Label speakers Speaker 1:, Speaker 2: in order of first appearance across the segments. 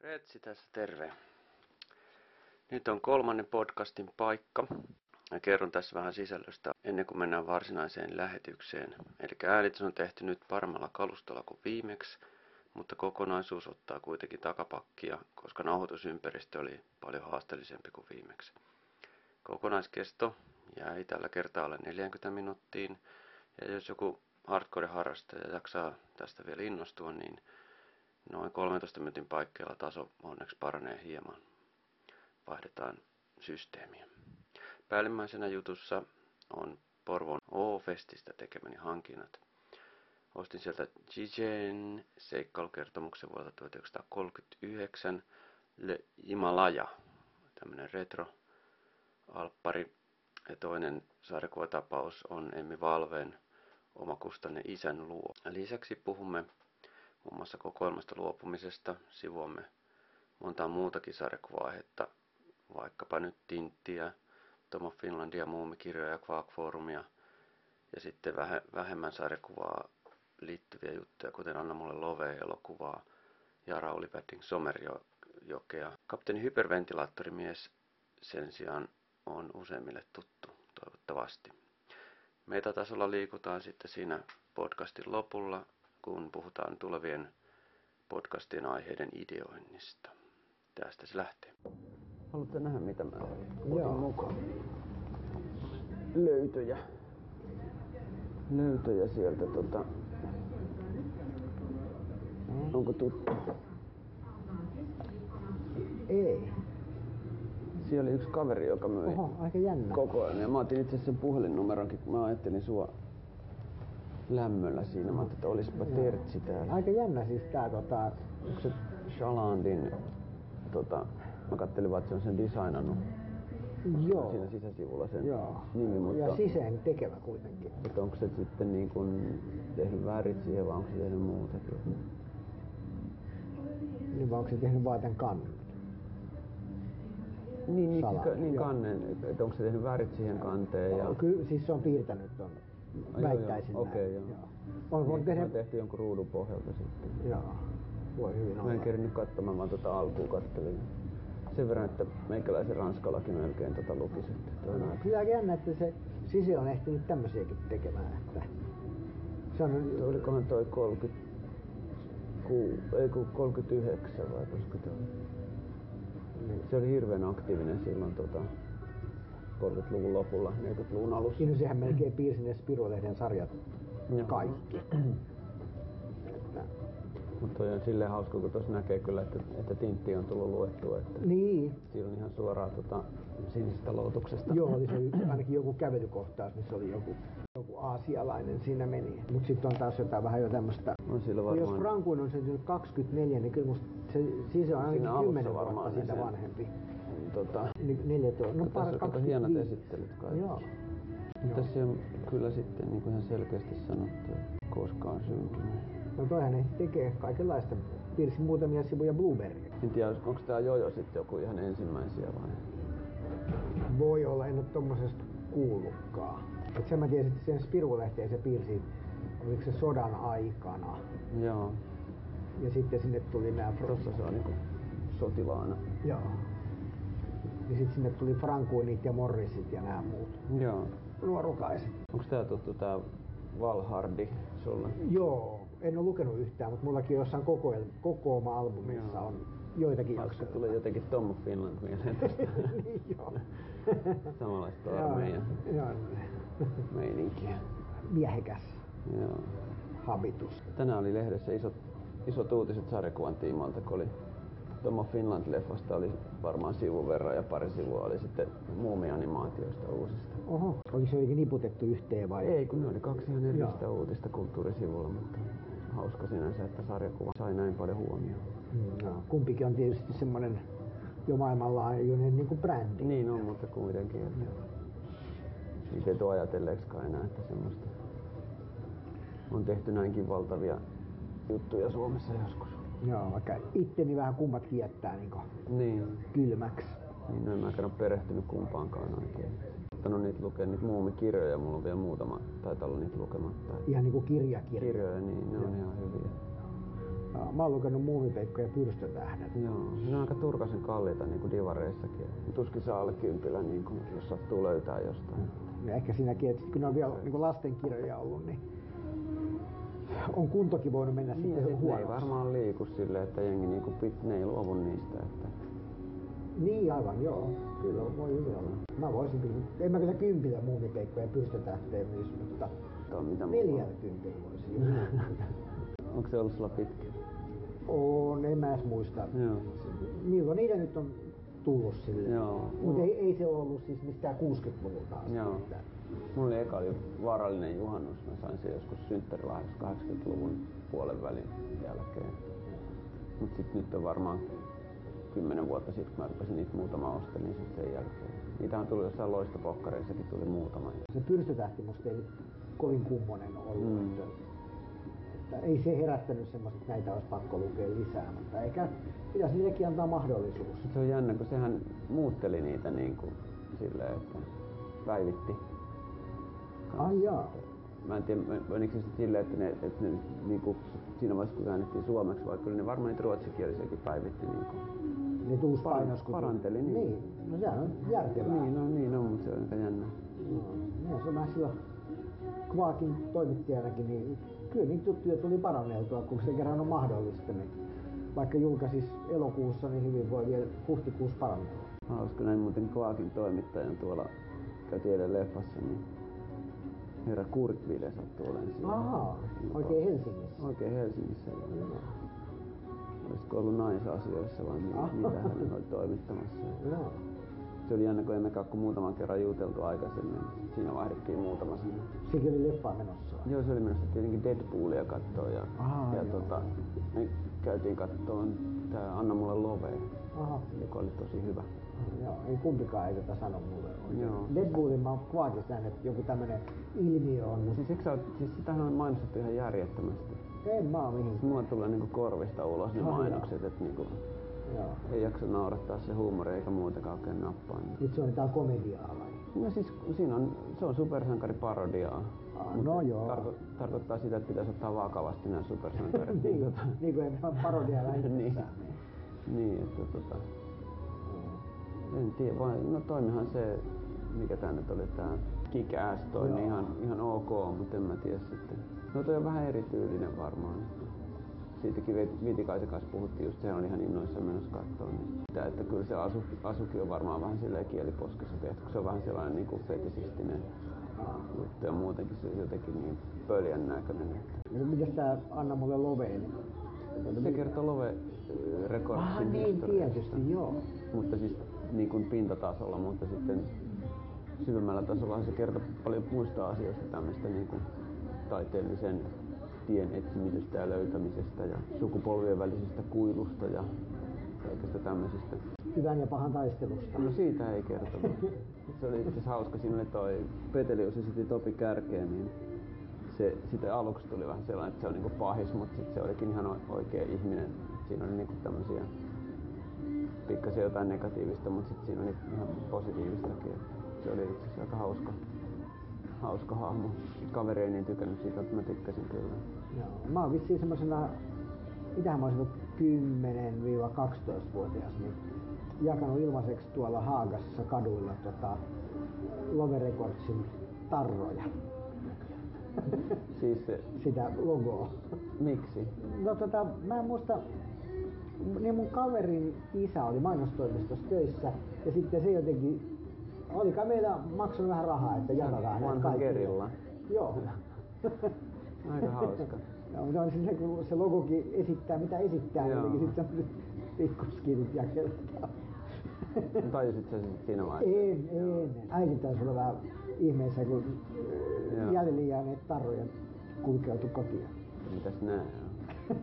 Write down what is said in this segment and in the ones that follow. Speaker 1: Retsi tässä terve. Nyt on kolmannen podcastin paikka. Mä kerron tässä vähän sisällöstä ennen kuin mennään varsinaiseen lähetykseen. Eli äänitys on tehty nyt paremmalla kalustolla kuin viimeksi, mutta kokonaisuus ottaa kuitenkin takapakkia, koska nauhoitusympäristö oli paljon haasteellisempi kuin viimeksi. Kokonaiskesto jäi tällä kertaa alle 40 minuuttiin, ja jos joku hardcore-harrastaja jaksaa tästä vielä innostua, niin noin 13 minuutin paikkeilla taso onneksi paranee hieman. Vaihdetaan systeemiä. Päällimmäisenä jutussa on Porvon O-Festistä tekemäni hankinnat. Ostin sieltä Jijen seikkailukertomuksen vuodelta 1939 Le Himalaya, tämmönen retro alppari. Ja toinen sarjakuvatapaus on Emmi Valveen omakustanne isän luo. Lisäksi puhumme muun muassa kokoelmasta luopumisesta, sivuamme montaa muutakin sarjakuva-aihetta, vaikkapa nyt Tinttiä, Tomo Finlandia, Muumikirjoja ja quark ja sitten vähe, vähemmän sarjakuvaa liittyviä juttuja, kuten Anna mulle Loveen elokuvaa, ja Rauli Padding Somerjokea. Kapteeni Hyperventilaattorimies sen sijaan on useimmille tuttu, toivottavasti. Metatasolla liikutaan sitten siinä podcastin lopulla, kun puhutaan tulevien podcastien aiheiden ideoinnista. Tästä se lähtee. Haluatte nähdä, mitä mä
Speaker 2: Joo.
Speaker 1: otin mukaan? Löytöjä. Löytöjä sieltä tota...
Speaker 2: Mm.
Speaker 1: Onko tuttu?
Speaker 2: Ei.
Speaker 1: Siellä oli yksi kaveri, joka myi
Speaker 2: Oho, aika jännä.
Speaker 1: koko ajan. Ja mä otin itse asiassa sen puhelinnumeronkin, kun mä ajattelin sua lämmöllä siinä. Mä ajattelin, että olispa Tertsi täällä.
Speaker 2: aika jännä siis tää tota...
Speaker 1: Onko se Shalandin, tota, mä kattelin vaan, että se on sen designannut. Se on
Speaker 2: Joo.
Speaker 1: Siinä sisäsivulla sen
Speaker 2: Joo.
Speaker 1: nimi, mutta
Speaker 2: Ja sisään tekevä kuitenkin.
Speaker 1: että onko se sitten niin kuin tehnyt värit siihen vai onko se tehnyt muutakin?
Speaker 2: Niin vaan onko se tehnyt vaan tän kannan?
Speaker 1: Niin, niin,
Speaker 2: Salaa,
Speaker 1: ka, niin
Speaker 2: joo.
Speaker 1: kannen, että et onko se tehnyt värit siihen kanteen ja...
Speaker 2: No, Kyllä, siis se on piirtänyt ton.
Speaker 1: Ai, joo,
Speaker 2: Väittäisin
Speaker 1: joo.
Speaker 2: näin.
Speaker 1: Okei, joo.
Speaker 2: On voinut
Speaker 1: niin, tehdä...
Speaker 2: tehdä...
Speaker 1: on tehty jonkun ruudun pohjalta sitten.
Speaker 2: Joo. Voi hyvin
Speaker 1: Mä en
Speaker 2: olla.
Speaker 1: kerinyt katsomaan, vaan tota alkuun kattelin. Sen verran, että meikäläisen ranskalakin melkein tota luki sitten. Toi on aika-
Speaker 2: Kyllä aika jännä, että se Sise on ehtinyt tämmöisiäkin tekemään, että... Se on...
Speaker 1: Olikohan toi 36, ei kun 39 vai koska toi? Se oli hirveän aktiivinen silloin tota, 30-luvun lopulla, 40-luvun alussa.
Speaker 2: Siinä sehän melkein piirsi ne Spirulehden sarjat
Speaker 1: Joo.
Speaker 2: kaikki. Että,
Speaker 1: Mutta toi on silleen hauska, kun tuossa näkee kyllä, että, että tintti on tullut luettua. Että
Speaker 2: niin,
Speaker 1: siinä on ihan suoraan tota, sinisestä loutuksesta.
Speaker 2: Joo, oli se yksi, ainakin joku kävelykohtaus, missä oli joku, joku aasialainen siinä meni. Mut sitten on taas jotain vähän jo tämmöstä.
Speaker 1: On sillä
Speaker 2: No, Jos
Speaker 1: varmaan.
Speaker 2: Frankuin on syntynyt 24, niin kyllä musta se, siis on ainakin
Speaker 1: Siinä alussa
Speaker 2: 10 vuotta
Speaker 1: varmaan,
Speaker 2: siitä
Speaker 1: niin se-
Speaker 2: vanhempi.
Speaker 1: tota,
Speaker 2: Niin 14, no
Speaker 1: Tässä
Speaker 2: par
Speaker 1: on kato hienot
Speaker 2: 25.
Speaker 1: esittelyt kaikki.
Speaker 2: Joo.
Speaker 1: Tässä on kyllä sitten niin kuin ihan selkeästi sanottu, että koskaan syntynyt.
Speaker 2: No toihan ne tekee kaikenlaista. Piirsi muutamia sivuja Blueberryä.
Speaker 1: En tiedä, onko tämä Jojo sitten joku ihan ensimmäisiä vai?
Speaker 2: Voi olla, en ole tommosesta kuullutkaan. Et sen mä tiesin, että sen Spiru-lehteen se piirsi, oliko se sodan aikana.
Speaker 1: Joo.
Speaker 2: Ja sitten sinne tuli nämä
Speaker 1: Tuossa se on niinku sotilaana.
Speaker 2: Joo. Ja sitten sinne tuli Frankuinit ja Morrisit ja nämä muut
Speaker 1: Joo.
Speaker 2: nuorukaiset.
Speaker 1: Onko tää tuttu tää Valhardi sulle?
Speaker 2: Joo, en ole lukenut yhtään, mutta mullakin jossain kokoel- kokooma-albumissa
Speaker 1: Joo.
Speaker 2: on joitakin
Speaker 1: Koska
Speaker 2: jaksoja.
Speaker 1: tulee jotenkin Tom Finland mieleen tästä
Speaker 2: Niin, Joo.
Speaker 1: samanlaista
Speaker 2: Joo,
Speaker 1: armeijan
Speaker 2: Joo.
Speaker 1: meininkiä.
Speaker 2: Miehekäs
Speaker 1: Joo.
Speaker 2: habitus.
Speaker 1: Tänään oli lehdessä isot, isot uutiset sarjakuvan tiimoilta, kun oli Tomo Finland-leffasta oli varmaan sivun verran ja pari sivua oli sitten muumianimaatioista uusista.
Speaker 2: Oho, oliko se jotenkin niputettu yhteen vai?
Speaker 1: Ei, kun ne oli kaksi ihan erillistä
Speaker 2: Joo.
Speaker 1: uutista kulttuurisivulla, mutta hauska sinänsä, että sarjakuva sai näin paljon huomioon.
Speaker 2: Mm, No, kumpikin on tietysti semmoinen jo maailmanlaajuinen niin kuin brändi.
Speaker 1: Niin on, mutta kuitenkin. Että niitä ei tuo ajatelleeksikaan enää, että semmoista on tehty näinkin valtavia juttuja Suomessa joskus.
Speaker 2: Joo, vaikka itteni vähän kummatkin jättää niin
Speaker 1: Niin.
Speaker 2: kylmäksi.
Speaker 1: Niin, no en mäkään ole perehtynyt kumpaankaan oikein. Ottanut niitä lukea, niitä muumikirjoja, mulla on vielä muutama, taitaa olla niitä lukematta.
Speaker 2: Ihan niin kuin niinku kirjakirja.
Speaker 1: Kirjoja, niin ne on ihan hyviä.
Speaker 2: Ää, Mä oon lukenut Muumipeikko ja Pyrstötähdet.
Speaker 1: Joo, ne on aika turkasen kalliita niin kuin divareissakin. Tuskin saa alle kympillä, niin kuin, jos sattuu löytää jostain.
Speaker 2: Ja ehkä siinäkin, että sit kun ne on vielä niin lastenkirjoja ollut, niin on kuntokin voinut mennä
Speaker 1: Niin, ja
Speaker 2: sitten
Speaker 1: sit ne ei
Speaker 2: huonoksi.
Speaker 1: varmaan liiku silleen, että jengi niin kuin, pit- ne ei luovu niistä. Että.
Speaker 2: Niin aivan, joo. Kyllä, voi hyvin olla. Mä voisin kyllä. En mä kyllä kympillä muumipeikkoja pystytähteen myös, mutta
Speaker 1: Tuo, mitä No, mulla on.
Speaker 2: neljällä kympillä voisin.
Speaker 1: Onko se ollut sulla pitkä?
Speaker 2: on, en mä edes muista.
Speaker 1: Joo.
Speaker 2: Milloin niitä nyt on tullut sille?
Speaker 1: Joo.
Speaker 2: Mutta ei, ei se ole ollut siis mistään 60-luvulta asti.
Speaker 1: Joo.
Speaker 2: että-
Speaker 1: Mulla oli eka oli vaarallinen juhannus. Mä sain sen joskus synttärilahdessa 80-luvun puolen välin jälkeen. Mut sit nyt on varmaan 10 vuotta sitten, kun mä rupesin niitä muutama ostelin sit sen jälkeen. Niitä on tullut jossain loistopokkareissakin tuli muutama.
Speaker 2: Se pyrstötähti musta ei nyt kovin kummonen ollut.
Speaker 1: Mm.
Speaker 2: Että, että ei se herättänyt semmoista, että näitä olisi pakko lukea lisää, mutta eikä pitäisi niillekin antaa mahdollisuus.
Speaker 1: Mut Se on jännä, kun sehän muutteli niitä niin kuin silleen, että päivitti.
Speaker 2: Ai jaa.
Speaker 1: Mä en tiedä, men- menikö se sit silleen, että ne, että ne niin kuin, siinä vaiheessa kun käännettiin suomeksi, vai kyllä ne varmaan niitä ruotsinkielisiäkin päivitti. Niin kuin.
Speaker 2: Nyt uusi
Speaker 1: Paran-
Speaker 2: painos, kun...
Speaker 1: paranteli, niin.
Speaker 2: niin. No sehän on järkevää.
Speaker 1: Niin, no niin on, mutta se on aika jännä.
Speaker 2: No, no, se on vähän silloin Kvaakin toimittajanakin, niin kyllä niitä juttuja tuli paranneltua, kun se kerran on mahdollista. Niin vaikka julkaisis elokuussa, niin hyvin voi vielä huhtikuussa parannella.
Speaker 1: Hauska näin muuten Kaakin toimittajan tuolla käytiin eilen leffassa, niin herra Kurtville sattuu olemaan siellä.
Speaker 2: Ahaa, oikein Helsingissä.
Speaker 1: Oikein Helsingissä. joo. Olisiko ollut naisasioissa vai mi-
Speaker 2: Ah.
Speaker 1: mitä hän oli toimittamassa.
Speaker 2: Joo.
Speaker 1: Se oli jännä, kun emme kakku muutaman kerran juteltu aikaisemmin. Siinä vaihdettiin muutama sana.
Speaker 2: Sekin oli leffaan menossa.
Speaker 1: Joo, se oli menossa tietenkin Deadpoolia kattoon ja,
Speaker 2: Aa,
Speaker 1: ja
Speaker 2: joo.
Speaker 1: tota, me käytiin kattoon tää Anna mulle love,
Speaker 2: Aha.
Speaker 1: joka oli tosi hyvä.
Speaker 2: Joo, ei kumpikaan ei tätä sano mulle oikein.
Speaker 1: Joo.
Speaker 2: Deadpoolin mä oon Kvaakissa nähnyt, että joku tämmönen ilmiö on,
Speaker 1: No
Speaker 2: mutta
Speaker 1: siis, eikö sä, oot- siis sitähän on mainostettu ihan järjettömästi.
Speaker 2: en mä oo mihinkään.
Speaker 1: Mulla tulee niinku korvista ulos ne
Speaker 2: Ai joo.
Speaker 1: mainokset, että niinku,
Speaker 2: Joo.
Speaker 1: ei jaksa naurattaa se huumori eikä muutenkaan oikein nappaa. niitä.
Speaker 2: Nyt se on tää komediaa vai?
Speaker 1: No siis siinä on, se on supersankariparodiaa.
Speaker 2: Aa,
Speaker 1: Mut
Speaker 2: no
Speaker 1: se
Speaker 2: joo.
Speaker 1: tarkoittaa sitä, että pitäisi ottaa vakavasti nämä supersankarit.
Speaker 2: niin,
Speaker 1: tota,
Speaker 2: niin kuin en ole parodia lähdetään.
Speaker 1: niin,
Speaker 2: niin.
Speaker 1: niin, että tota, en tiedä, vai, no toimihan se, mikä tää nyt oli, tää kick-ass toi, niin
Speaker 2: Joo.
Speaker 1: ihan, ihan ok, mutta en mä tiedä sitten. No toi on vähän erityylinen varmaan. Siitäkin Veit- Viitikaisen kanssa puhuttiin just, sehän oli ihan innoissaan menossa kattoon. Niin sitä, että kyllä se asu, asukin on varmaan vähän silleen kieliposkessa tehty, kun se on vähän sellainen niin kuin fetisistinen juttu ja muutenkin se on jotenkin niin pöljän näköinen. Että.
Speaker 2: No, Mitäs tää Anna mulle loveen?
Speaker 1: Se kertoo Love Recordsin
Speaker 2: Ah niin,
Speaker 1: historiasta.
Speaker 2: tietysti, joo.
Speaker 1: mutta siis niin kuin pintatasolla, mutta sitten syvemmällä tasolla se kertoo paljon muista asioista tämmöistä niin kuin taiteellisen tien etsimisestä ja löytämisestä ja sukupolvien välisestä kuilusta ja kaikesta tämmöisestä.
Speaker 2: Hyvän ja pahan taistelusta.
Speaker 1: No siitä ei kertonut. Se oli itse asiassa hauska, siinä oli toi Petelius ja sitten Topi Kärkeen, niin se sitten aluksi tuli vähän sellainen, että se on niinku pahis, mutta sitten se olikin ihan o- oikea ihminen. Siinä oli niinku tämmöisiä pikkasen jotain negatiivista, mutta sitten siinä oli ihan positiivistakin. Se oli itse asiassa aika hauska, hauska hahmo. Kaveri ei niin tykännyt siitä, mutta mä tykkäsin kyllä.
Speaker 2: Joo. Mä oon vissiin semmosena, mitähän mä oisin ollut 10-12-vuotias, niin jakanut ilmaiseksi tuolla Haagassa kaduilla tota, Love Recordsin tarroja,
Speaker 1: Siis se,
Speaker 2: sitä logoa.
Speaker 1: miksi?
Speaker 2: No tota, mä en muista, niin mun kaverin isä oli mainostoimistossa töissä ja sitten se jotenkin, olikaan meillä maksanut vähän rahaa, että jakakaa näitä
Speaker 1: Vanha
Speaker 2: kaikille.
Speaker 1: kerilla.
Speaker 2: Joo.
Speaker 1: Aika hauska.
Speaker 2: No, mutta on se, kun se logokin esittää, mitä esittää,
Speaker 1: Joo.
Speaker 2: niin sitten tämmöiset pikkuskidit ja keltaa.
Speaker 1: Tajusit sä sit siinä vaiheessa?
Speaker 2: En, en. Äiti taisi olla vähän ihmeessä, kun äh,
Speaker 1: Joo.
Speaker 2: jäljellä jääneet tarroja kulkeutui kotiin.
Speaker 1: Mitäs nää on?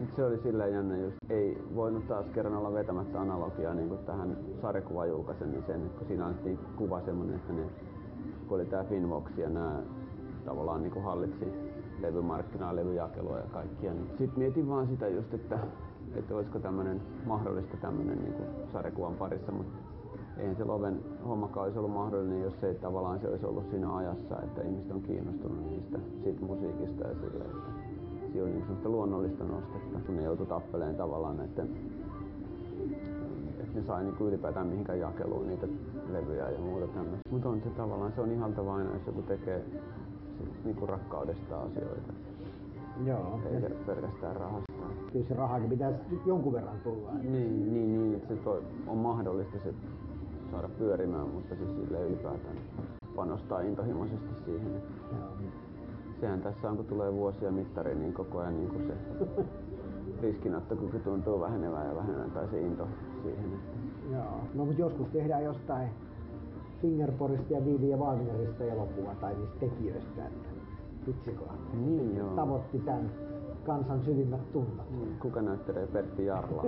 Speaker 1: Nyt se oli sillä jännä just, ei voinut taas kerran olla vetämättä analogiaa niin kuin tähän sarjakuvan julkaisemiseen, että kun siinä annettiin kuva semmonen, että ne, kun oli tää Finvox ja nää tavallaan niin kuin hallitsi levymarkkinaa, levyjakelua ja kaikkia, niin sit mietin vaan sitä just, että, että olisiko tämmönen mahdollista tämmönen niin kuin sarjakuvan parissa, mutta eihän se Loven hommakaan olisi ollut mahdollinen, jos se ei tavallaan se olisi ollut siinä ajassa, että ihmiset on kiinnostunut niistä siitä musiikista ja sillä, että
Speaker 3: sekin on niin semmoista luonnollista nostetta, kun ne joutui tappeleen tavallaan näiden että ne sai niinku ylipäätään mihinkään jakeluun niitä levyjä ja muuta tämmöistä. Mutta on se tavallaan, se on ihaltavaa aina, jos joku tekee sit niinku rakkaudesta asioita,
Speaker 2: Joo.
Speaker 3: eikä pelkästään rahasta.
Speaker 2: Kyllä se rahakin pitää sit jonkun verran tulla.
Speaker 3: Niin, niin, niin, että se toi, on mahdollista se saada pyörimään, mutta siis sille ylipäätään panostaa intohimoisesti siihen.
Speaker 2: Joo.
Speaker 3: Sehän tässä on, kun tulee vuosia mittari, niin koko ajan niin kuin se riskinottokyky tuntuu vähenevän ja vähenevän tai se into siihen. Että
Speaker 2: Joo. No mutta joskus tehdään jostain Fingerporista ja Viivi ja Wagnerista elokuva tai niistä tekijöistä, että vitsikohan.
Speaker 3: Niin joo.
Speaker 2: Tavoitti tämän kansan syvimmät tunnot.
Speaker 3: Kuka näyttelee Pertti Jarlaa?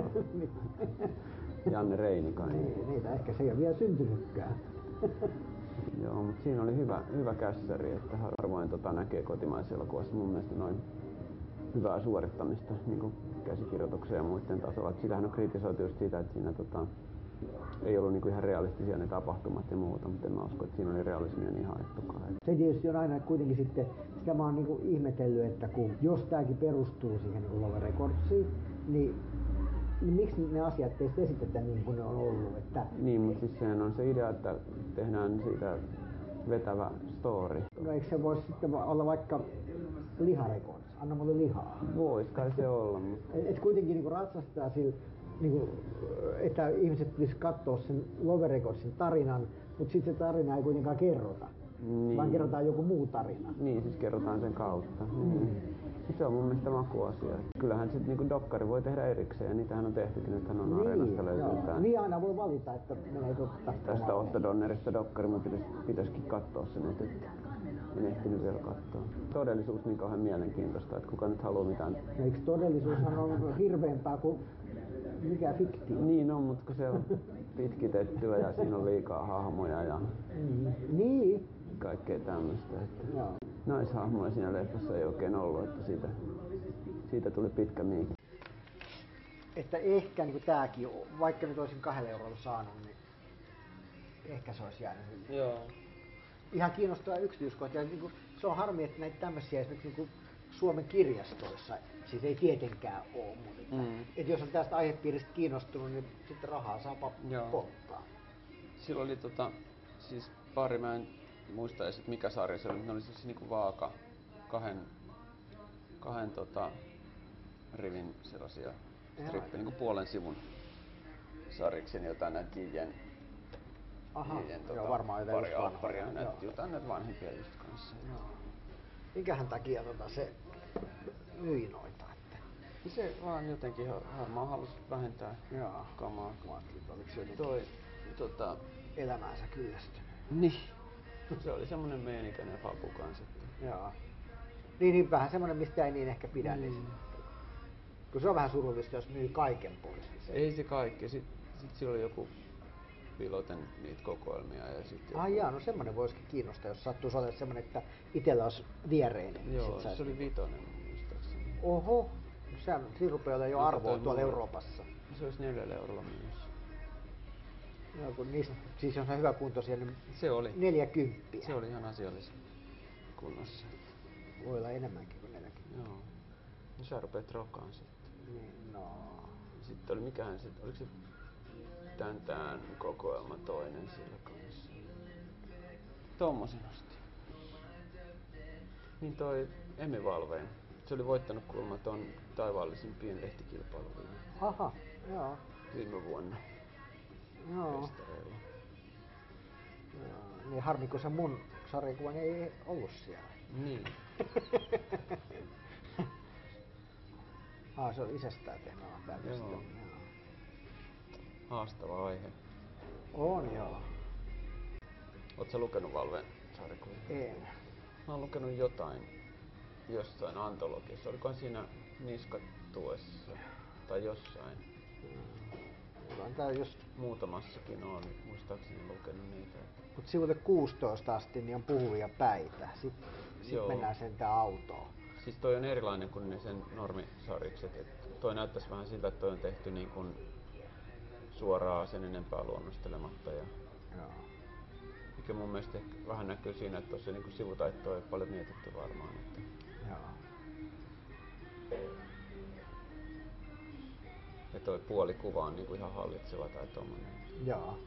Speaker 3: Janne Reinikainen.
Speaker 2: Niin, niitä ehkä se ei ole vielä syntynytkään.
Speaker 3: Joo, mutta siinä oli hyvä, hyvä kässäri, että harvoin tota näkee kotimaiselokuvassa mun mielestä noin hyvää suorittamista niin käsikirjoituksen ja muiden tasolla. Et Sitähän on kritisoitu just siitä, että siinä tota, ei ollut niinku ihan realistisia ne tapahtumat ja muuta, mutta en mä usko, että siinä oli realismia niin haettukaan. Et
Speaker 2: Se tietysti on aina kuitenkin sitten, sitä mä oon niinku ihmetellyt, että kun jos tämäkin perustuu siihen niinku Love Recordsiin, niin, niin miksi ne asiat ei sitten esitetä niin kuin ne on ollut, että
Speaker 3: Niin, mutta siis sehän on se idea, että tehdään siitä vetävä story.
Speaker 2: no eikö se voisi sitten va- olla vaikka liharekords, anna mulle lihaa.
Speaker 3: Vois kai se olla, mutta
Speaker 2: Et, et kuitenkin niinku ratsastaa sillä, niinku, että ihmiset tulisi katsoa sen Love Recordsin tarinan, mutta sitten se tarina ei kuitenkaan kerrota,
Speaker 3: Niin.
Speaker 2: vaan kerrotaan joku muu tarina.
Speaker 3: Niin, siis kerrotaan sen kautta. Mm. Se on mun mielestä makuasia. Kyllähän sit niinku dokkari voi tehdä erikseen, ja niitähän on tehtykin, nythän on areenasta löytynyt tää.
Speaker 2: niin aina voi valita, että meneekö tästä
Speaker 3: Tästä
Speaker 2: omaan.
Speaker 3: Otto Donnerista dokkari, mutta pitäis, pitäisikin katsoa se nyt. et En ehtinyt vielä katsoa. Todellisuus niin kauhean mielenkiintoista, että kuka nyt haluaa mitään.
Speaker 2: No eikö todellisuushan on hirveämpää kuin mikä fiktio?
Speaker 3: Niin on, mutta kun se on pitkitettyä ja siinä on liikaa hahmoja ja
Speaker 2: Mm. Niin.
Speaker 3: kaikkea tämmöistä. Että
Speaker 2: Joo.
Speaker 3: naishahmoja siinä leffassa ei oikein ollut, että siitä, siitä tuli pitkä miikki.
Speaker 2: Että ehkä niin tämäkin, vaikka nyt olisin kahdella eurolla saanut, niin ehkä se olisi jäänyt hyvin.
Speaker 1: Joo.
Speaker 2: Ihan kiinnostaa yksityiskohtia. Niin kuin, se on harmi, että näitä tämmöisiä esimerkiksi niin kuin Suomen kirjastoissa, siis ei tietenkään ole, mutta että, mm.
Speaker 1: Mm.
Speaker 2: että jos on tästä aihepiiristä kiinnostunut, niin sitten rahaa saa
Speaker 1: Joo.
Speaker 2: pa- polttaa.
Speaker 1: Silloin oli tota, siis pari, mä en muista edes, että mikä sarja se oli, mutta ne oli siis niinku vaaka, kahden, kahden tota, rivin sellaisia strippi, niinku puolen sivun sariksen jotain näitä Jien,
Speaker 2: Aha,
Speaker 1: Jien
Speaker 2: joo, varmaan jotain
Speaker 1: Niin, tota, pari
Speaker 2: just vanhoja,
Speaker 1: alpparia, näitä,
Speaker 2: joo.
Speaker 1: jotain näitä vanhempia just kanssa.
Speaker 2: Joo. Minkähän takia tota se myi noita? Että.
Speaker 1: Niin Se vaan jotenkin har- harmaa halusi vähentää
Speaker 2: Joo.
Speaker 1: kamaa.
Speaker 2: Mä ajattelin, että oliko se jotenkin
Speaker 1: Toi, tota,
Speaker 2: elämäänsä kyllästynyt.
Speaker 1: niin. Se oli semmonen meinikäinen fabu kanssa. että-
Speaker 2: Joo. Niin, niin vähän semmoinen, mistä ei niin ehkä pidä. Mm. Niin.
Speaker 1: Mm.
Speaker 2: Kun se on vähän surullista, jos myy kaiken pois. Niin se...
Speaker 1: Ei se kaikki. Sitten sit sillä oli joku piloten niitä kokoelmia ja sitten
Speaker 2: Ai jaa, no semmoinen voisikin kiinnostaa, jos sattuisi olla semmoinen, että itsellä olisi viereinen. niin
Speaker 1: Joo,
Speaker 2: sit saisi-
Speaker 1: se oli vitonen mun muistaakseni.
Speaker 2: Oho, no sehän siinä rupeaa olla jo
Speaker 1: No,
Speaker 2: arvoa
Speaker 1: katsoin
Speaker 2: tuolla
Speaker 1: mulle.
Speaker 2: Euroopassa.
Speaker 1: Se olisi neljällä eurolla myös.
Speaker 2: No, kun niistä, siis on se hyvä kunto siellä, niin
Speaker 1: Se oli.
Speaker 2: 40.
Speaker 1: Se oli ihan asiallisessa kunnossa.
Speaker 2: Voi olla enemmänkin kuin 40.
Speaker 1: Joo. No sä rupeat rokaan sitten.
Speaker 2: Niin, no.
Speaker 1: Sitten oli mikähän se, oliko se tän tän kokoelma toinen siellä kanssa. Tommosen asti. Niin toi Emmi Valveen. Se oli voittanut kuulemma ton taivaallisimpiin lehtikilpailun viime-
Speaker 2: Aha, joo.
Speaker 1: viime vuonna.
Speaker 2: Joo.
Speaker 1: festareilla.
Speaker 2: joo. Niin harmi, kun se mun sarjakuvani ei ollut siellä.
Speaker 1: Niin.
Speaker 2: Ah, se on isästään tehnyt oman päätöksen.
Speaker 1: Joo. Haastava aihe.
Speaker 2: On joo.
Speaker 1: Oletko lukenut Valven sarjakuvia?
Speaker 2: En.
Speaker 1: Mä oon lukenut jotain jossain antologiassa. Olikohan siinä niskatuessa tai jossain.
Speaker 2: Vaan tää just,
Speaker 1: Muutamassakin on muistaakseni lukenut niitä.
Speaker 2: mut sivulle 16 asti niin on puhuvia päitä. Sitten sit
Speaker 1: Joo.
Speaker 2: mennään sentään autoon.
Speaker 1: Siis toi on erilainen kuin ne sen normisarikset. Et toi näyttäisi vähän siltä, että toi on tehty niin kuin suoraan sen enempää luonnostelematta. Ja
Speaker 2: Joo.
Speaker 1: mikä mun mielestä ehkä vähän näkyy niinku siinä, että tuossa niin sivutaittoa ei ole paljon mietitty varmaan. Että
Speaker 2: Joo.
Speaker 1: Ja toi puoli kuva on niinku ihan hallitseva tai tommonen.
Speaker 2: Jaa.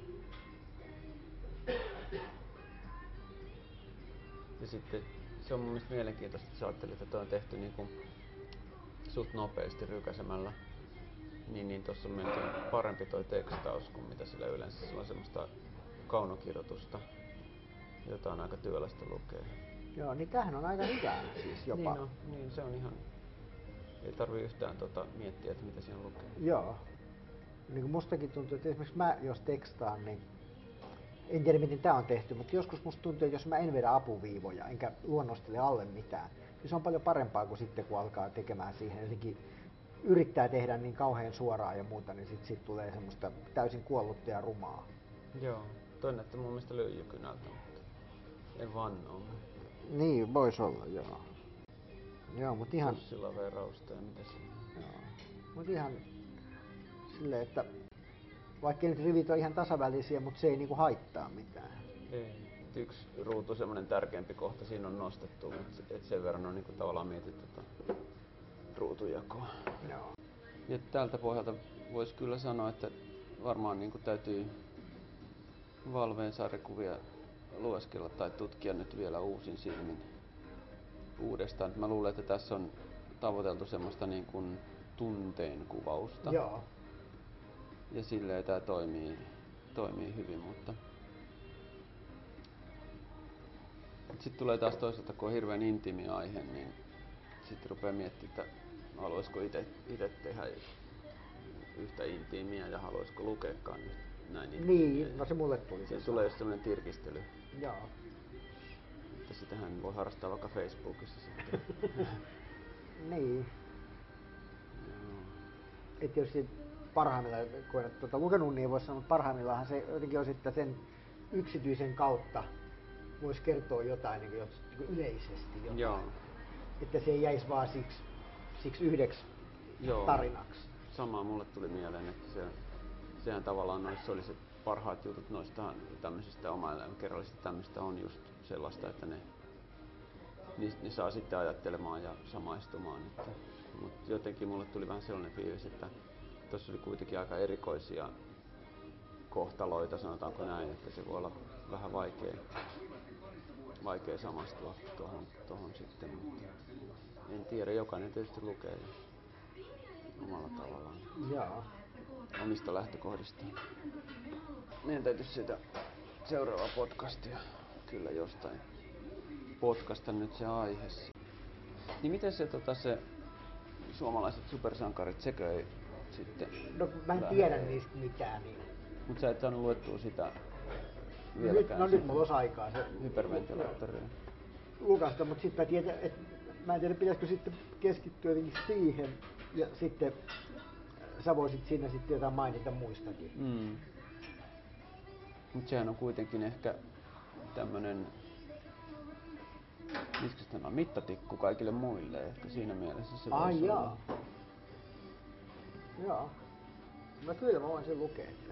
Speaker 1: Ja sitten se on mun mielestä mielenkiintoista, että sä ajattelet, että toi on tehty niinku suht nopeasti rykäsemällä. Niin, niin tossa on melkein parempi toi tekstaus kuin mitä sillä yleensä. Sulla on semmoista kaunokirjoitusta, jota on aika työlästä lukea.
Speaker 2: Joo, niin tämähän on aika hyvä siis jopa.
Speaker 1: Niin, no, niin se on ihan... Ei tarvi yhtään tota, miettiä, että mitä siinä lukee.
Speaker 2: Joo. Niin kuin mustakin tuntuu, että esimerkiksi mä jos tekstaan, niin en tiedä miten tämä on tehty, mutta joskus musta tuntuu, että jos mä en vedä apuviivoja enkä luonnostele alle mitään, niin se on paljon parempaa kuin sitten kun alkaa tekemään siihen jotenkin yrittää tehdä niin kauhean suoraa ja muuta, niin sitten sit tulee semmoista täysin kuollutta ja rumaa.
Speaker 1: Joo. Toi näyttää mun mielestä lyijykynältä, mutta en vannoo.
Speaker 2: Niin, voisi olla, joo. Joo, mutta ihan...
Speaker 1: Pussilla verausta ja mitä se...
Speaker 2: Mutta ihan silleen, että vaikka nyt rivit on ihan tasavälisiä, mutta se ei niinku haittaa mitään.
Speaker 1: Ei. Et Yksi ruutu semmonen tärkeämpi kohta siinä on nostettu, mutta et sen verran on niinku tavallaan mietitty tota ruutujakoa.
Speaker 2: Joo.
Speaker 1: Ja tältä pohjalta voisi kyllä sanoa, että varmaan niin täytyy Valveen sarjakuvia lueskella tai tutkia nyt vielä uusin silmin uudestaan. Mä luulen, että tässä on tavoiteltu semmoista niin kuin tunteen kuvausta.
Speaker 2: Joo.
Speaker 1: Ja silleen tämä toimii, toimii hyvin, mutta... Sitten tulee taas toisaalta, kun on hirveän intiimi aihe, niin sitten rupeaa miettimään, että haluaisiko itse tehdä yhtä intiimiä ja haluaisiko lukeakaan näin intiimiä.
Speaker 2: Niin, no se mulle tuli.
Speaker 1: Siinä tulee just sellainen tirkistely,
Speaker 2: Joo.
Speaker 1: että sitähän voi harrastaa vaikka Facebookissa sitten.
Speaker 2: Niin.
Speaker 1: Joo.
Speaker 2: että jos se parhaimmillaan, kun en ole tuota lukenut, niin voi sanoa, että parhaimmillaanhan se jotenkin on sitten sen yksityisen kautta voisi kertoa jotain niin kuin, jos- niin kuin yleisesti jotain.
Speaker 1: Joo.
Speaker 2: Että se ei jäisi vaan siksi, siksi yhdeksi
Speaker 1: Joo.
Speaker 2: tarinaksi.
Speaker 1: Samaa mulle tuli mieleen, että se, sehän tavallaan noissa oli se parhaat jutut noista tämmöisistä omaelämäkerrallisista tämmöistä on just sellaista, että ne, ne, ne saa sitten ajattelemaan ja samaistumaan. Että, mutta jotenkin mulle tuli vähän sellainen fiilis, että tuossa oli kuitenkin aika erikoisia kohtaloita, sanotaanko näin, että se voi olla vähän vaikea, vaikea samastua tuohon, tuohon sitten. Mutta en tiedä, jokainen tietysti lukee omalla tavallaan
Speaker 2: Joo.
Speaker 1: omista lähtökohdista. Meidän täytyisi sitä seuraavaa podcastia kyllä jostain podcasta nyt se aihe. Niin miten se, tota, se suomalaiset supersankarit, sekö ei sitten...
Speaker 2: No kun mä en tiedä niistä mitään, niin No
Speaker 1: Mutta sä et saanut luettua sitä
Speaker 2: nyt,
Speaker 1: vieläkään.
Speaker 2: no nyt mulla olisi aikaa se
Speaker 1: Hyperventilaattoria.
Speaker 2: lukasta, mutta sitten mä tiedän, että mä en tiedä pitäisikö sitten keskittyä jotenkin siihen ja sitten äh, sä voisit siinä sitten jotain mainita muistakin.
Speaker 1: Mm. Mutta sehän on kuitenkin ehkä tämmönen, miksi tämä on, mittatikku kaikille muille ehkä siinä mielessä se
Speaker 2: Ai
Speaker 1: voisi
Speaker 2: jaa.
Speaker 1: olla.
Speaker 2: Joo. No kyllä mä voin sen lukea. Että.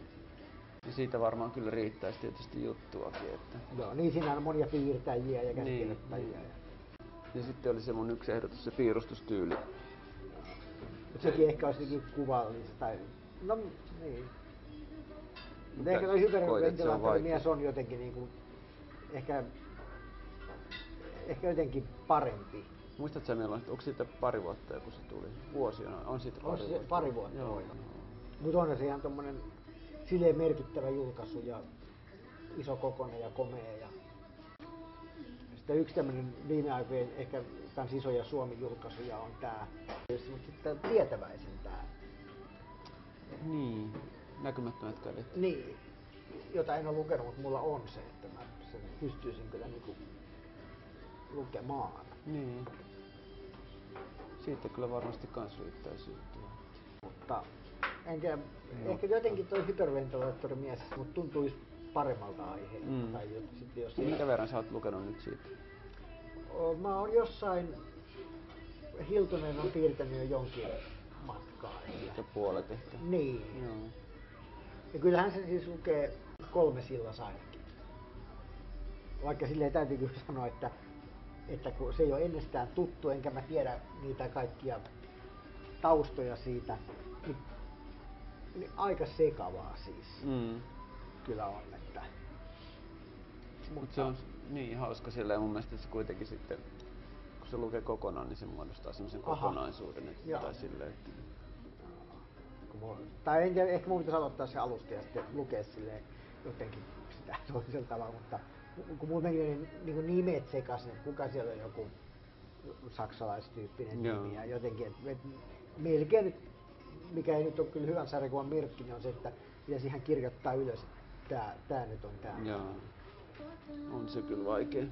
Speaker 1: Ja siitä varmaan kyllä riittäisi tietysti juttuakin. Että.
Speaker 2: Joo, niin siinä on monia piirtäjiä ja
Speaker 1: Niin,
Speaker 2: käsikirjoittajia.
Speaker 1: niin.
Speaker 2: Niin,
Speaker 1: Ja sitten oli se mun yksi ehdotus, se piirustustyyli.
Speaker 2: Sekin ehkä olisi jotenkin kuvallista. Tai... No niin. Mutta ehkä toi
Speaker 1: koet, että se on vaikea.
Speaker 2: hyperventilaattorimies on jotenkin niinku, ehkä, ehkä jotenkin parempi.
Speaker 1: Muistatko sä milloin, onko siitä pari vuotta joku se tuli? Vuosi on, on siitä
Speaker 2: On
Speaker 1: pari
Speaker 2: se
Speaker 1: vuotta.
Speaker 2: pari vuotta,
Speaker 1: Joo.
Speaker 2: voi. Mutta on se ihan tommonen silleen merkittävä julkaisu ja iso kokonen ja komea. Ja... Sitten yksi tämmöinen viime aikojen ehkä kans isoja Suomi-julkaisuja on tää. Mutta sitten tää tietäväisen tää.
Speaker 1: Niin, näkymättömät kädet.
Speaker 2: Niin. Jota en ole lukenut, mutta mulla on se, että mä sen pystyisin kyllä niinku lukemaan.
Speaker 1: Niin. Siitä kyllä varmasti kans riittäisi juttua.
Speaker 2: Mutta en tiedä, ehkä jotenkin toi hyperventilaattorimies, mutta tuntuisi paremmalta aiheelta.
Speaker 1: Mm.
Speaker 2: Tai jot- sitten jos
Speaker 1: Minkä verran sä oot lukenut nyt siitä?
Speaker 2: O, Mä oon jossain, Hiltunen on piirtänyt jo jonkin matkaa. ehkä.
Speaker 1: Ehkä puolet ehkä.
Speaker 2: Niin.
Speaker 1: Joo.
Speaker 2: Ja kyllähän sen siis lukee kolme sillas ainakin. Vaikka silleen täytyy kyllä sanoa, että, että kun se ei ole ennestään tuttu, enkä mä tiedä niitä kaikkia taustoja siitä, niin, niin aika sekavaa siis
Speaker 1: Mm.
Speaker 2: kyllä on. Että.
Speaker 1: Mutta se on s- niin hauska silleen mun mielestä, että se kuitenkin sitten, kun se lukee kokonaan, niin se muodostaa semmoisen
Speaker 2: Aha.
Speaker 1: kokonaisuuden. Että
Speaker 2: Joo.
Speaker 1: tai silleen, että
Speaker 2: Kun mulla- tai en, tiedä, ehkä mun pitäisi aloittaa se alusta ja sitten lukea silleen jotenkin sitä toisella tavalla, mutta kun mulla meni ne niin kuin nimet sekaisin, että kuka siellä on joku saksalaistyyppinen
Speaker 1: Joo.
Speaker 2: nimi ja jotenkin, että et, melkein nyt, mikä ei nyt ole kyllä hyvän sarjakuvan merkki, niin on se, että pitäisi ihan kirjoittaa ylös, että tää, tää nyt on tää.
Speaker 1: Joo. On se kyllä vaikea.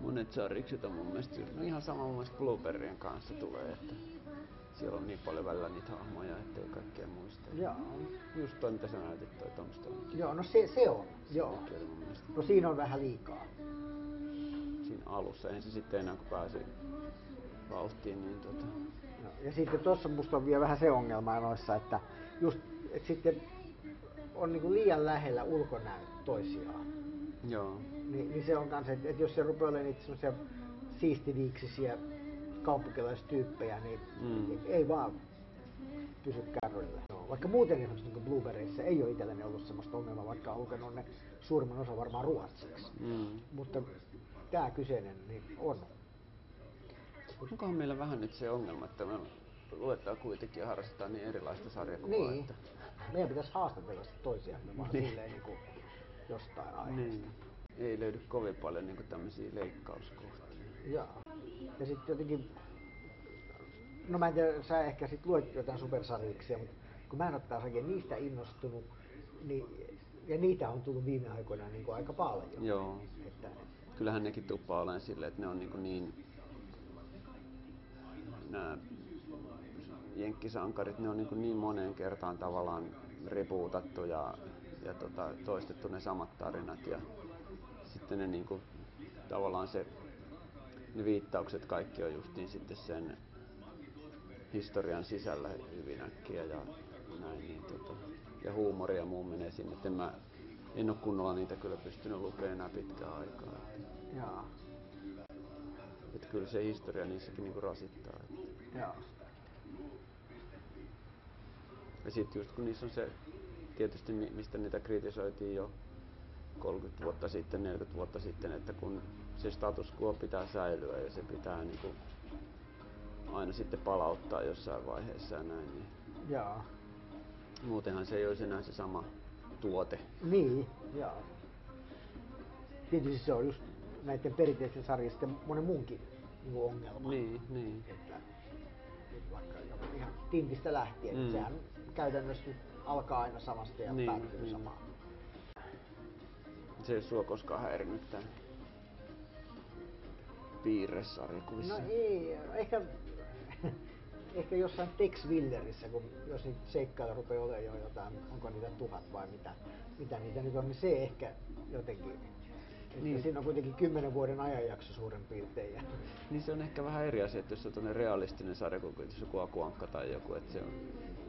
Speaker 1: Monet sarjikset on mun mielestä, no ihan sama mun mielestä Blueberrien kanssa tulee, että siellä on niin paljon välillä niitä hahmoja, ettei kaikkea muista.
Speaker 2: Joo.
Speaker 1: Just toi, mitä sä näytit, toi Tom Stone.
Speaker 2: Joo, no se, se on. Joo.
Speaker 1: Joo. Oli mun mielestä
Speaker 2: No siinä on vähän liikaa.
Speaker 1: siinä alussa, eihän se sitten enää kun pääsi vauhtiin, niin tota...
Speaker 2: No, ja sitten tuossa musta on vielä vähän se ongelma noissa, että just, et sitten on niinku liian lähellä ulkonäöt toisiaan.
Speaker 1: Joo.
Speaker 2: Ni, niin se on kans, että et jos se rupeaa olemaan niitä semmoisia siistiviiksisiä kaupunkilaistyyppejä, niin
Speaker 1: Mm.
Speaker 2: ei vaan pysy kärryillä. Joo, Vaikka muuten esimerkiksi niin Blueberryissa ei ole itselläni ollut semmoista ongelmaa, vaikka on lukenut ne suurimman osa varmaan ruotsiksi.
Speaker 1: Mm.
Speaker 2: Mutta tämä kyseinen niin on.
Speaker 1: Onkohan meillä vähän nyt se ongelma, että me luetaan kuitenkin ja harrastetaan niin erilaista sarjakuvaa,
Speaker 2: Niin.
Speaker 1: että...
Speaker 2: Meidän pitäisi haastatella sit toisiamme vaan
Speaker 1: Niin.
Speaker 2: silleen niin kuin jostain aiheesta.
Speaker 1: Niin. Ei löydy kovin paljon niin tämmöisiä leikkauskohtia.
Speaker 2: Joo. Ja sitten jotenkin, no mä en tiedä, sä ehkä sit luet jotain supersarjiksia, mutta kun mä en ole taas oikein niistä innostunut, niin, ja niitä on tullut viime aikoina niin kuin aika paljon.
Speaker 1: Joo.
Speaker 2: Että,
Speaker 1: Kyllähän nekin tuppaa olemaan silleen, että ne on niin, niin nämä jenkkisankarit, ne on niin, niin moneen kertaan tavallaan ripuutattu ja, ja tota, toistettu ne samat tarinat ja sitten ne niin kuin, tavallaan se, ne viittaukset kaikki on justiin sitten sen historian sisällä hyvin äkkiä ja näin, niin tota, ja huumoria ja muu menee sinne, että en mä en ole kunnolla niitä kyllä pystynyt lukemaan enää pitkään aikaa. Että,
Speaker 2: joo,
Speaker 1: että kyllä se historia niissäkin niinku rasittaa. Että.
Speaker 2: joo.
Speaker 1: Ja sitten just kun niissä on se, tietysti mi- mistä niitä kritisoitiin jo 30 vuotta sitten, 40 vuotta sitten, että kun se status quo pitää säilyä ja se pitää niinku aina sitten palauttaa jossain vaiheessa ja näin, niin
Speaker 2: Joo.
Speaker 1: muutenhan se ei olisi enää se sama tuote.
Speaker 2: Niin, joo. Tietysti se on just näiden perinteisten sarjisten monen muunkin niin kuin ongelma.
Speaker 1: niin.
Speaker 2: että nyt vaikka joku ihan tintistä lähtien,
Speaker 1: Mm.
Speaker 2: mm. sehän käytännössä nyt alkaa aina samasta ja
Speaker 1: Niin,
Speaker 2: niin, päättyy
Speaker 1: niin.
Speaker 2: niin. samaan.
Speaker 1: Se ei ole sua koskaan häirinnyt tämän piirresarjakuvissa.
Speaker 2: No ei, ehkä, ehkä jossain Tex Willerissä, kun jos niitä seikkailla rupeaa olemaan jo jotain, onko niitä tuhat vai mitä, mitä niitä nyt on, niin se ehkä jotenkin.
Speaker 1: Niin.
Speaker 2: Niin. Siinä on kuitenkin kymmenen vuoden ajanjakso suurin piirtein. Ja,
Speaker 1: Niin se on ehkä vähän eri asia, että jos se on tämmönen realistinen sarja kuin jos joku akuankka tai joku, että se on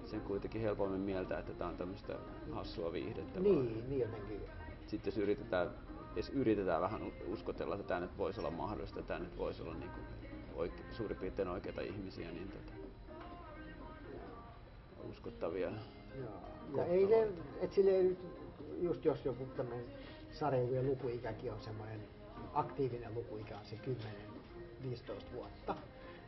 Speaker 1: sen kuitenkin helpommin mieltä, että tämä on tämmöistä hassua viihdettä. vaan.
Speaker 2: niin, niin jotenkin.
Speaker 1: Sitten jos yritetään, jos yritetään vähän u- uskotella, että tämä nyt voisi olla mahdollista, tämä nyt voisi olla niinku oike, suurin piirtein oikeita ihmisiä, niin tota, uskottavia.
Speaker 2: Joo. Ja ei ne,
Speaker 1: kohtaloita.
Speaker 2: et silleen nyt, just jos joku tämmöinen sarjakuvien lukuikäkin on semmoinen aktiivinen lukuikä on se 10-15 vuotta,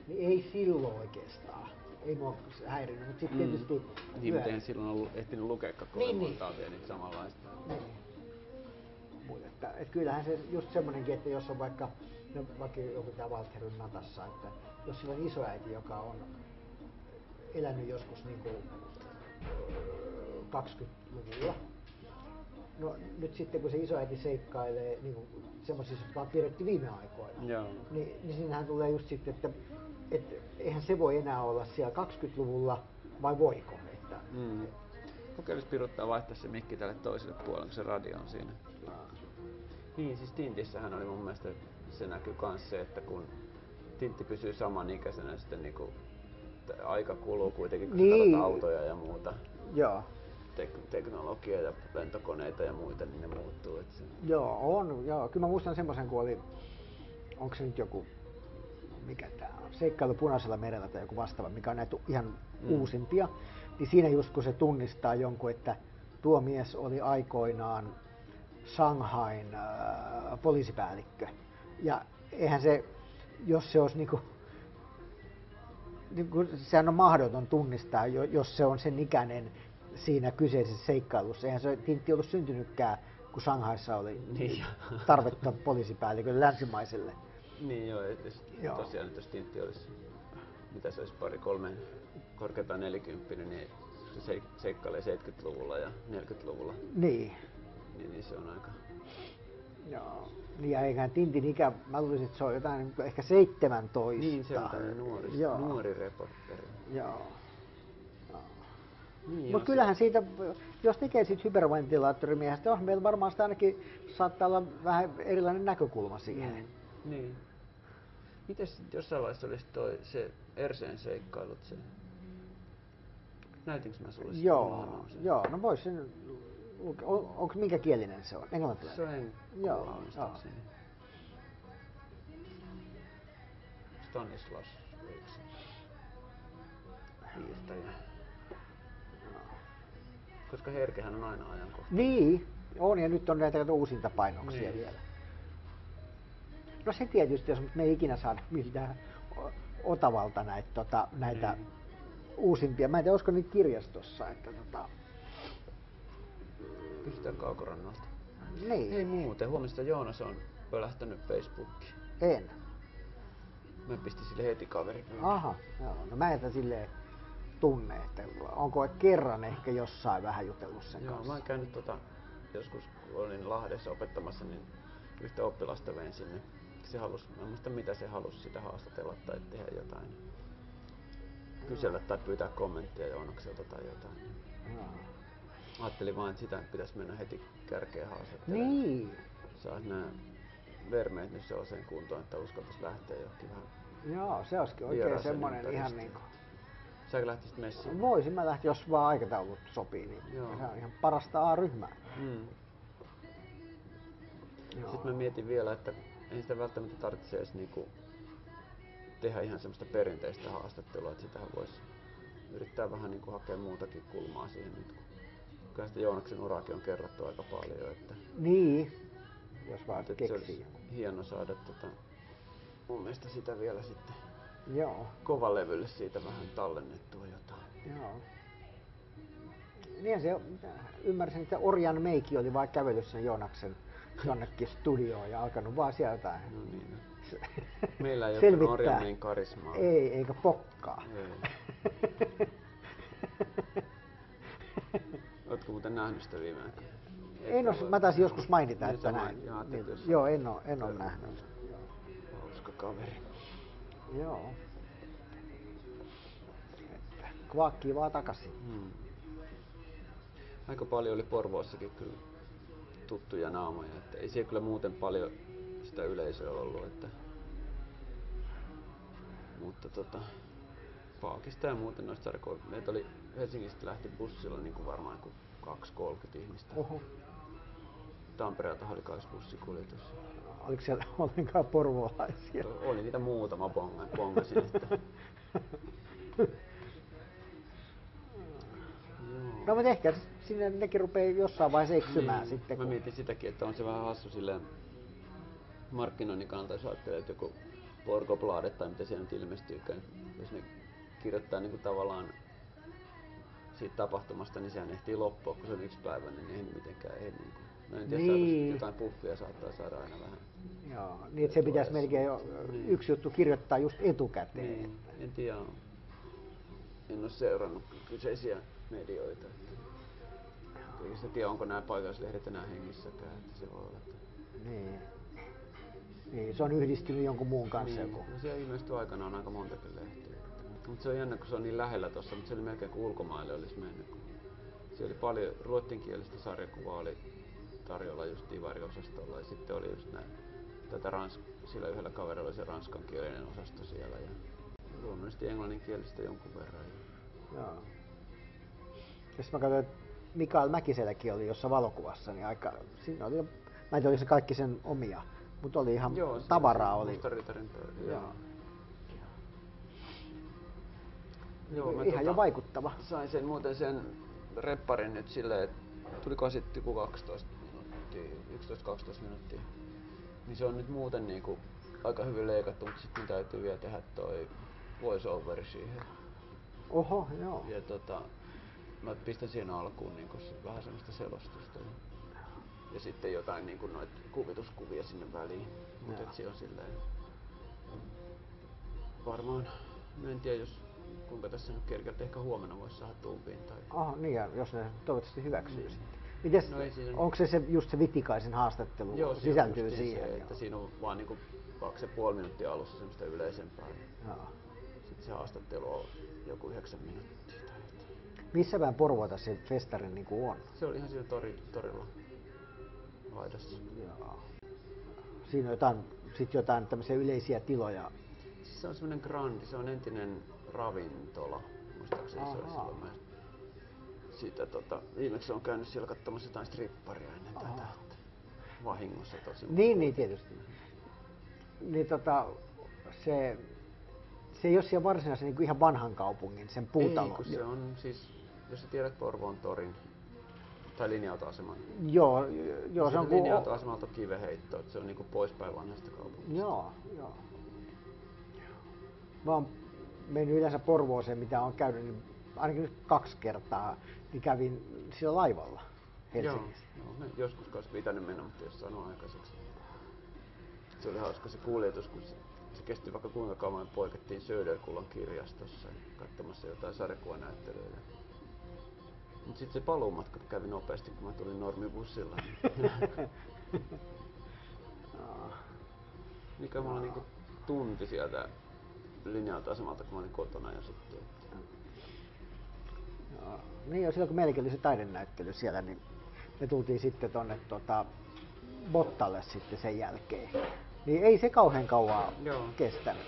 Speaker 2: niin ei silloin oikeastaan. Ei mua häirinyt, mutta sitten tietysti...
Speaker 1: Niin,
Speaker 2: myöhemmin-
Speaker 1: mutta eihän silloin ollut ehtinyt lukea kovin
Speaker 2: Niin, niin.
Speaker 1: montaa vielä niitä samanlaista.
Speaker 2: Niin. Mut että, et kyllähän se just semmonenkin, että jos on vaikka, no, vaikka joku tämä Walterin Natassa, että jos sillä on isoäiti, joka on elänyt joskus niin kuin 20-luvulla, no nyt sitten kun se isoäiti seikkailee niin kuin semmoisissa, jotka on pidetty viime aikoina,
Speaker 1: Joo.
Speaker 2: niin, niin siinähän tulee just sitten, että et, eihän se voi enää olla siellä 20-luvulla, vai voiko? Että,
Speaker 1: Mm. Kokeilisi piruttaa vaihtaa se mikki tälle toiselle puolelle, kun se radio on siinä. Niin, siis Tintissähän oli mun mielestä se näkyy kans se, että kun Tintti pysyy samanikäisenä, ja sitten niinku, t- aika kuluu kuitenkin, kun
Speaker 2: Niin.
Speaker 1: niin. autoja ja muuta,
Speaker 2: Joo.
Speaker 1: tek- teknologiaa ja lentokoneita ja muita, niin ne muuttuu. Et se,
Speaker 2: Joo, on. Joo. Kyllä mä muistan semmoisen, kun oli, onko se nyt joku mikä tämä on, Seikkailu punaisella merellä tai joku vastaava, mikä on näitä ihan mm. uusimpia, niin siinä just kun se tunnistaa jonkun, että tuo mies oli aikoinaan Shanghain äh, poliisipäällikkö. Ja eihän se, jos se olisi niinku, niinku, sehän on mahdoton tunnistaa, jo- jos se on sen ikäinen siinä kyseisessä seikkailussa. Eihän se Tintti ollut syntynytkään, kun Shanghaissa oli
Speaker 1: Niin.
Speaker 2: tarvetta poliisipäällikölle länsimaiselle.
Speaker 1: Niin joo, et, jos,
Speaker 2: Joo.
Speaker 1: tosiaan nyt jos tintti olisi, mitä se olisi pari kolme, korkeintaan nelikymppinen, niin se seik- seikkailee 70-luvulla ja 40-luvulla,
Speaker 2: Niin.
Speaker 1: niin, niin se on aika...
Speaker 2: Joo. Niin ja eiköhän Tintin ikä, mä luulisin, että se on jotain niinku ehkä 17.
Speaker 1: Niin, se on tämmöinen nuori,
Speaker 2: Joo.
Speaker 1: nuori reporteri.
Speaker 2: Joo.
Speaker 1: Niin,
Speaker 2: Mutta kyllähän siitä, jos tekee siitä hyperventilaattorimiehestä, on meillä varmaan sitä ainakin saattaa olla vähän erilainen näkökulma siihen.
Speaker 1: Niin. niin. Mites sit jossain vaiheessa olisi toi, se Erseen seikkailut, se... Näytinkö mä sulle sitä? Mulla
Speaker 2: Joo,
Speaker 1: on se.
Speaker 2: joo, no vois sen lukea. On, onko minkä kielinen se on? Englantilainen?
Speaker 1: Se on en
Speaker 2: Joo,
Speaker 1: kuulla
Speaker 2: joo.
Speaker 1: muistaakseni. Stanislas Wilson. Piirtäjä. Koska herkehän on aina ajankohtainen.
Speaker 2: Niin, on ja nyt on näitä uusinta painoksia
Speaker 1: Niin.
Speaker 2: vielä. No se tietysti, jos me ei ikinä saada miltään o- Otavalta näitä, tota, näitä
Speaker 1: Niin.
Speaker 2: uusimpia. Mä en tiedä, olisiko niitä kirjastossa, että tota,
Speaker 1: Pistetään kaukorannalta.
Speaker 2: niin,
Speaker 1: Ei muuten, huomista Joonas on pölähtänyt Facebookiin.
Speaker 2: en.
Speaker 1: Mä pistin sille heti kaveri.
Speaker 2: Aha, joo. no mä en sitä silleen tunne, että onko kerran ehkä jossain vähän jutellut sen
Speaker 1: Joo,
Speaker 2: kanssa.
Speaker 1: mä oon käynyt tota, joskus kun olin Lahdessa opettamassa, niin yhtä oppilasta vein sinne. Se halus, mä en muista mitä se halusi sitä haastatella tai tehdä jotain. Kysellä tai pyytää kommenttia Joonakselta tai jotain.
Speaker 2: Joo.
Speaker 1: Ajattelin vaan, että sitä pitäisi mennä heti kärkeen haastattelemaan.
Speaker 2: Niin,
Speaker 1: Saat nämä vermeet nyt sellaiseen kuntoon, että uskaltaisi lähteä johonkin vähän.
Speaker 2: joo, se olisikin oikein
Speaker 1: Vieraaseen
Speaker 2: semmonen ihan niinku...
Speaker 1: ympäristöön. Säkö lähtisit messiin?
Speaker 2: Voisin mä lähteä, jos vaan aikataulut sopii, niin
Speaker 1: Joo.
Speaker 2: se on ihan parasta A-ryhmää.
Speaker 1: Mm.
Speaker 2: Joo.
Speaker 1: Sitten mä mietin vielä, että ei sitä välttämättä tarvitse edes niinku tehdä ihan semmoista perinteistä haastattelua, että sitähän voisi yrittää vähän niinku hakea muutakin kulmaa siihen nyt. kun Kyllä sitä Joonaksen uraakin on kerrottu aika paljon, että,
Speaker 2: Niin, jos vaan
Speaker 1: että se
Speaker 2: keksii
Speaker 1: olisi
Speaker 2: joku.
Speaker 1: hieno saada tota, mun mielestä sitä vielä sitten
Speaker 2: Joo,
Speaker 1: kovalevylle siitä vähän tallennettua jotain.
Speaker 2: joo. Niin se, ymmärsin, että Orjan meiki oli vaan kävellyt sen Joonaksen jonnekin studioon ja alkanut vaan sieltä jotain.
Speaker 1: No niin.
Speaker 2: se-
Speaker 1: Meillä ei ole
Speaker 2: selvittää.
Speaker 1: Norjan niin karismaa.
Speaker 2: Ei, eikä pokkaa.
Speaker 1: Ei. Ootko muuten nähnyt sitä viime aikoina?
Speaker 2: en os, no, mä taisin joskus mainita,
Speaker 1: Niin,
Speaker 2: että
Speaker 1: sä
Speaker 2: näin.
Speaker 1: mainit- joo, ajattelin,
Speaker 2: Niin,
Speaker 1: että jos-
Speaker 2: joo, en oo, en oo
Speaker 1: Joo.
Speaker 2: nähnyt.
Speaker 1: Hauska kaveri.
Speaker 2: Joo. Että Kvaakkii vaan takaisin.
Speaker 1: Hmm. Aika paljon oli Porvoossakin kyllä tuttuja naamoja, että ei siellä kyllä muuten paljon sitä yleisöä ollut, että... Mutta tota, Paakista ja muuten noista sarkoja. Meitä oli Helsingistä lähti bussilla niin kuin varmaan kuin 2-30 ihmistä.
Speaker 2: Oho.
Speaker 1: Tampereelta oli kans bussikuljetus.
Speaker 2: Oliko siellä ollenkaan porvoolaisia?
Speaker 1: Oli niitä muutama bonga, bongasin, että... Joo.
Speaker 2: No mutta ehkä s- sinne nekin rupeaa jossain vaiheessa eksymään
Speaker 1: Niin,
Speaker 2: sitten.
Speaker 1: Mä
Speaker 2: kun-
Speaker 1: mietin sitäkin, että on se vähän hassu silleen markkinoinnin kannalta, jos ajattelee, että joku Porgoblade tai mitä siellä nyt ilmestyykään, jos ne kirjoittaa niin kuin tavallaan siitä tapahtumasta, niin sehän ehtii loppua, kun se on yksi päivä, niin ei mitenkään ei niin kuin. No en tiedä,
Speaker 2: Niin.
Speaker 1: niin. jotain puffia saattaa saada aina vähän.
Speaker 2: Joo, niin että se pitäisi melkein jo
Speaker 1: Niin.
Speaker 2: yksi juttu kirjoittaa just etukäteen.
Speaker 1: Niin, en tiedä. En ole seurannut kyseisiä medioita. Eikä sitä tiedä, onko nämä paikallislehdet enää hengissäkään, että se voi olla. Että...
Speaker 2: Niin. Niin, se on yhdistynyt jonkun muun kanssa
Speaker 1: Niin.
Speaker 2: joku.
Speaker 1: No siellä ilmestyi aikanaan aika montakin lehtiä. Mutta se on jännä, kun se on niin lähellä tuossa, mutta se oli melkein kuin ulkomaille olisi mennyt. kun Siellä oli paljon ruotsinkielistä sarjakuvaa oli tarjolla just divariosastolla ja sitten oli just näin. Tätä rans, sillä yhdellä kaverilla oli se ranskankielinen osasto siellä ja luonnollisesti englanninkielistä jonkun verran. ja-
Speaker 2: Joo. Jos mä katsoin, että Mikael Mäkiselläkin oli jossain valokuvassa, niin aika, siinä oli, mä en tiedä oliko se kaikki sen omia, mutta oli ihan
Speaker 1: Joo,
Speaker 2: Joo,
Speaker 1: se-
Speaker 2: tavaraa
Speaker 1: se
Speaker 2: oli.
Speaker 1: Musta ritarin pöydä.
Speaker 2: Joo.
Speaker 1: Joo. Joo, mä
Speaker 2: ihan
Speaker 1: tota-
Speaker 2: jo vaikuttava.
Speaker 1: Sain sen muuten sen repparin nyt silleen, että tuliko sitten joku 12 minuuttia, 11-12 minuuttia. Niin se on nyt muuten niinku aika hyvin leikattu, mutta sitten täytyy vielä tehdä toi voiceover siihen.
Speaker 2: Oho, joo.
Speaker 1: Ja tota, mä pistän siihen alkuun niinku se- vähän semmoista selostusta. Ja, ja sitten jotain niinku noit kuvituskuvia sinne väliin. Mutta
Speaker 2: Joo.
Speaker 1: et se on silleen... Varmaan, mä en tiedä jos kuinka tässä nyt kerkeät, ehkä huomenna voisi saada tumpiin tai...
Speaker 2: Ah, niin, ja jos ne toivottavasti hyväksyy
Speaker 1: Niin.
Speaker 2: sitten. Mites,
Speaker 1: No ei siinä-
Speaker 2: onko se, se just se Vitikaisen haastattelu
Speaker 1: Joo, se on
Speaker 2: sisältyy
Speaker 1: justiin
Speaker 2: siihen?
Speaker 1: Se,
Speaker 2: joo.
Speaker 1: että siinä on vaan niinku kaksi ja puoli minuuttia alussa semmoista yleisempää. ja
Speaker 2: Joo.
Speaker 1: Sitten se haastattelu on joku yhdeksän minuuttia. tai jotain.
Speaker 2: Missä päin Porvoota se festari niin kuin on?
Speaker 1: Se oli ihan siinä tori, torilla laidassa.
Speaker 2: Joo. Siinä on jotain, sit jotain tämmöisiä yleisiä tiloja.
Speaker 1: Siis se on semmoinen grandi, se on entinen ravintola. Muistaakseni se oli
Speaker 2: Ahaa.
Speaker 1: silloin. Mä siitä tota, viimeksi on käynyt siellä katsomassa jotain stripparia ennen
Speaker 2: Ahaa.
Speaker 1: tätä. Että vahingossa tosi.
Speaker 2: Niin, niin tietysti. Niin tota, se, se ei ole siellä varsinaisen niin kuin ihan vanhan kaupungin, sen
Speaker 1: Ei,
Speaker 2: puutalon.
Speaker 1: kun se on siis, jos sä tiedät Porvoon torin tai linja-autoaseman,
Speaker 2: Joo, joo, se on kuin...
Speaker 1: linja-autoasemalta kiveheitto, että se on niinku poispäin vanhasta kaupungista.
Speaker 2: Joo, joo. Mä oon mennyt yleensä Porvooseen, mitä on käynyt, niin ainakin nyt kaksi kertaa, niin kävin sillä laivalla Helsingissä.
Speaker 1: Joo, joo, mä joskus olisi pitänyt mennä, mutta jos saanut aikaiseksi. Se oli hauska se kuljetus, kun se, se kesti vaikka kuinka kauan me poikettiin Söderkullan kirjastossa katsomassa jotain sarjakuvanäyttelyä. Mutta sitten se paluumatka kävi nopeasti, kun mä tulin normibussilla.
Speaker 2: Joo.
Speaker 1: Mikä mulla niinku tunti sieltä linjalta asemalta, kun mä olin kotona ja sitten. että-
Speaker 2: Joo. Niin jo silloin kun meilläkin oli se taidenäyttely siellä, niin me tultiin sitten tonne tota, Bottalle sitten sen jälkeen. Niin ei se kauhean kauan
Speaker 1: Joo.
Speaker 2: kestänyt.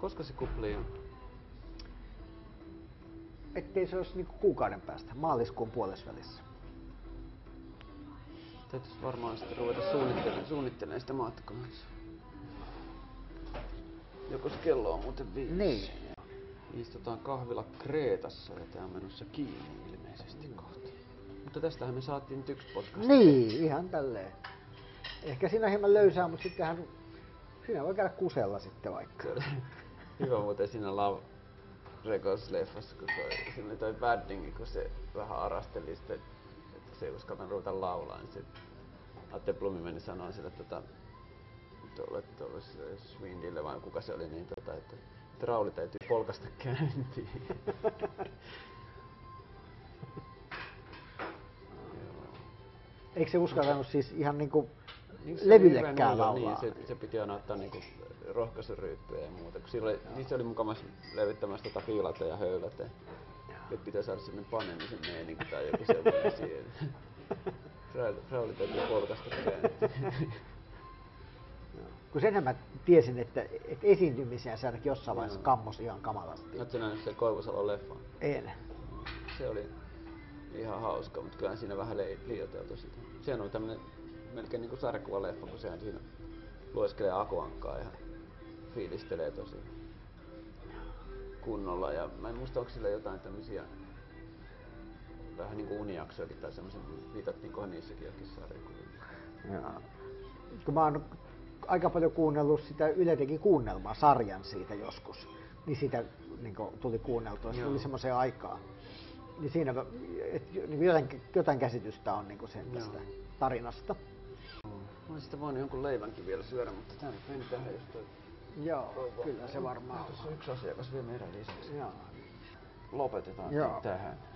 Speaker 1: Koska se kupli on?
Speaker 2: Ettei se olisi niinku kuukauden päästä, maaliskuun puolesvälissä.
Speaker 1: Täytyisi varmaan sitten ruveta suunnittelemaan, suunnittelemaan sitä matkaansa. Joko se kello on muuten viisi.
Speaker 2: Niin.
Speaker 1: Istutaan kahvilla Kreetassa ja tää on menossa kiinni ilmeisesti kohta. Mutta tästähän me saatiin nyt yksi podcast.
Speaker 2: Niin, ihan tälleen. Ehkä siinä on hieman löysää, mutta sittenhän siinä voi käydä kusella sitten vaikka.
Speaker 1: Se oli Hyvä muuten siinä Love Records-leffassa, kun toi, siinä oli toi Baddingi, kun se vähän arasteli sitä, että se ei uskalla ruveta laulaa, niin se Atte Blumi meni sanoa sille tota, tuolle, tuolle sille Swindille, vai kuka se oli, niin tota, että trauli täytyy polkasta käyntiin. Joo.
Speaker 2: Eikö se uskaltanut siis ihan niinku
Speaker 1: Niin, se oli hyvä
Speaker 2: levyllekään
Speaker 1: nuija,
Speaker 2: laulaa?
Speaker 1: Niin, se, se piti aina ottaa niinku rohkaisuryyppyjä ja muuta. Kun silloin, niissä oli mukamassa levittämässä tota piilata ja höylätä. Nyt pitää saada sellainen panemisen meininki tai joku sellainen siihen. Frauli- Frauli täytyy polkasta käyntiin.
Speaker 2: Kun senhän mä tiesin, että, että esiintymisiä se ainakin jossain vaiheessa
Speaker 1: Joo.
Speaker 2: kammos ihan kamalasti.
Speaker 1: Oletko nähnyt se Koivusalon leffa?
Speaker 2: En.
Speaker 1: Se oli ihan hauska, mutta kyllähän siinä vähän lei- liioiteltu sitä. Sehän on tämmönen melkein niinku sarjakuvaleffa, kun sehän siinä lueskelee akuankkaa ja fiilistelee tosi kunnolla. Ja mä en muista, onko sillä jotain tämmösiä vähän niinku unijaksojakin tai semmoisen, viitattiinkohan niissäkin jokin sarjakuvissa.
Speaker 2: Joo. Kun mä oon aika paljon kuunnellut sitä Yle teki kuunnelmaa, sarjan siitä joskus, niin sitä niin tuli kuunneltua, se
Speaker 1: Joo.
Speaker 2: tuli semmoiseen aikaan. Niin siinä mä- et, niin jotain, jotain käsitystä on niin sen tästä
Speaker 1: Joo.
Speaker 2: tarinasta.
Speaker 1: Mä olisin sitä voinut jonkun leivänkin vielä syödä, mutta tää nyt meni tähän just toi.
Speaker 2: Joo,
Speaker 1: toi vaan.
Speaker 2: kyllä se varmaan
Speaker 1: Tuossa on
Speaker 2: on.
Speaker 1: yksi asiakas vielä meidän lisäksi.
Speaker 2: Joo.
Speaker 1: Lopetetaan
Speaker 2: Joo.
Speaker 1: tähän.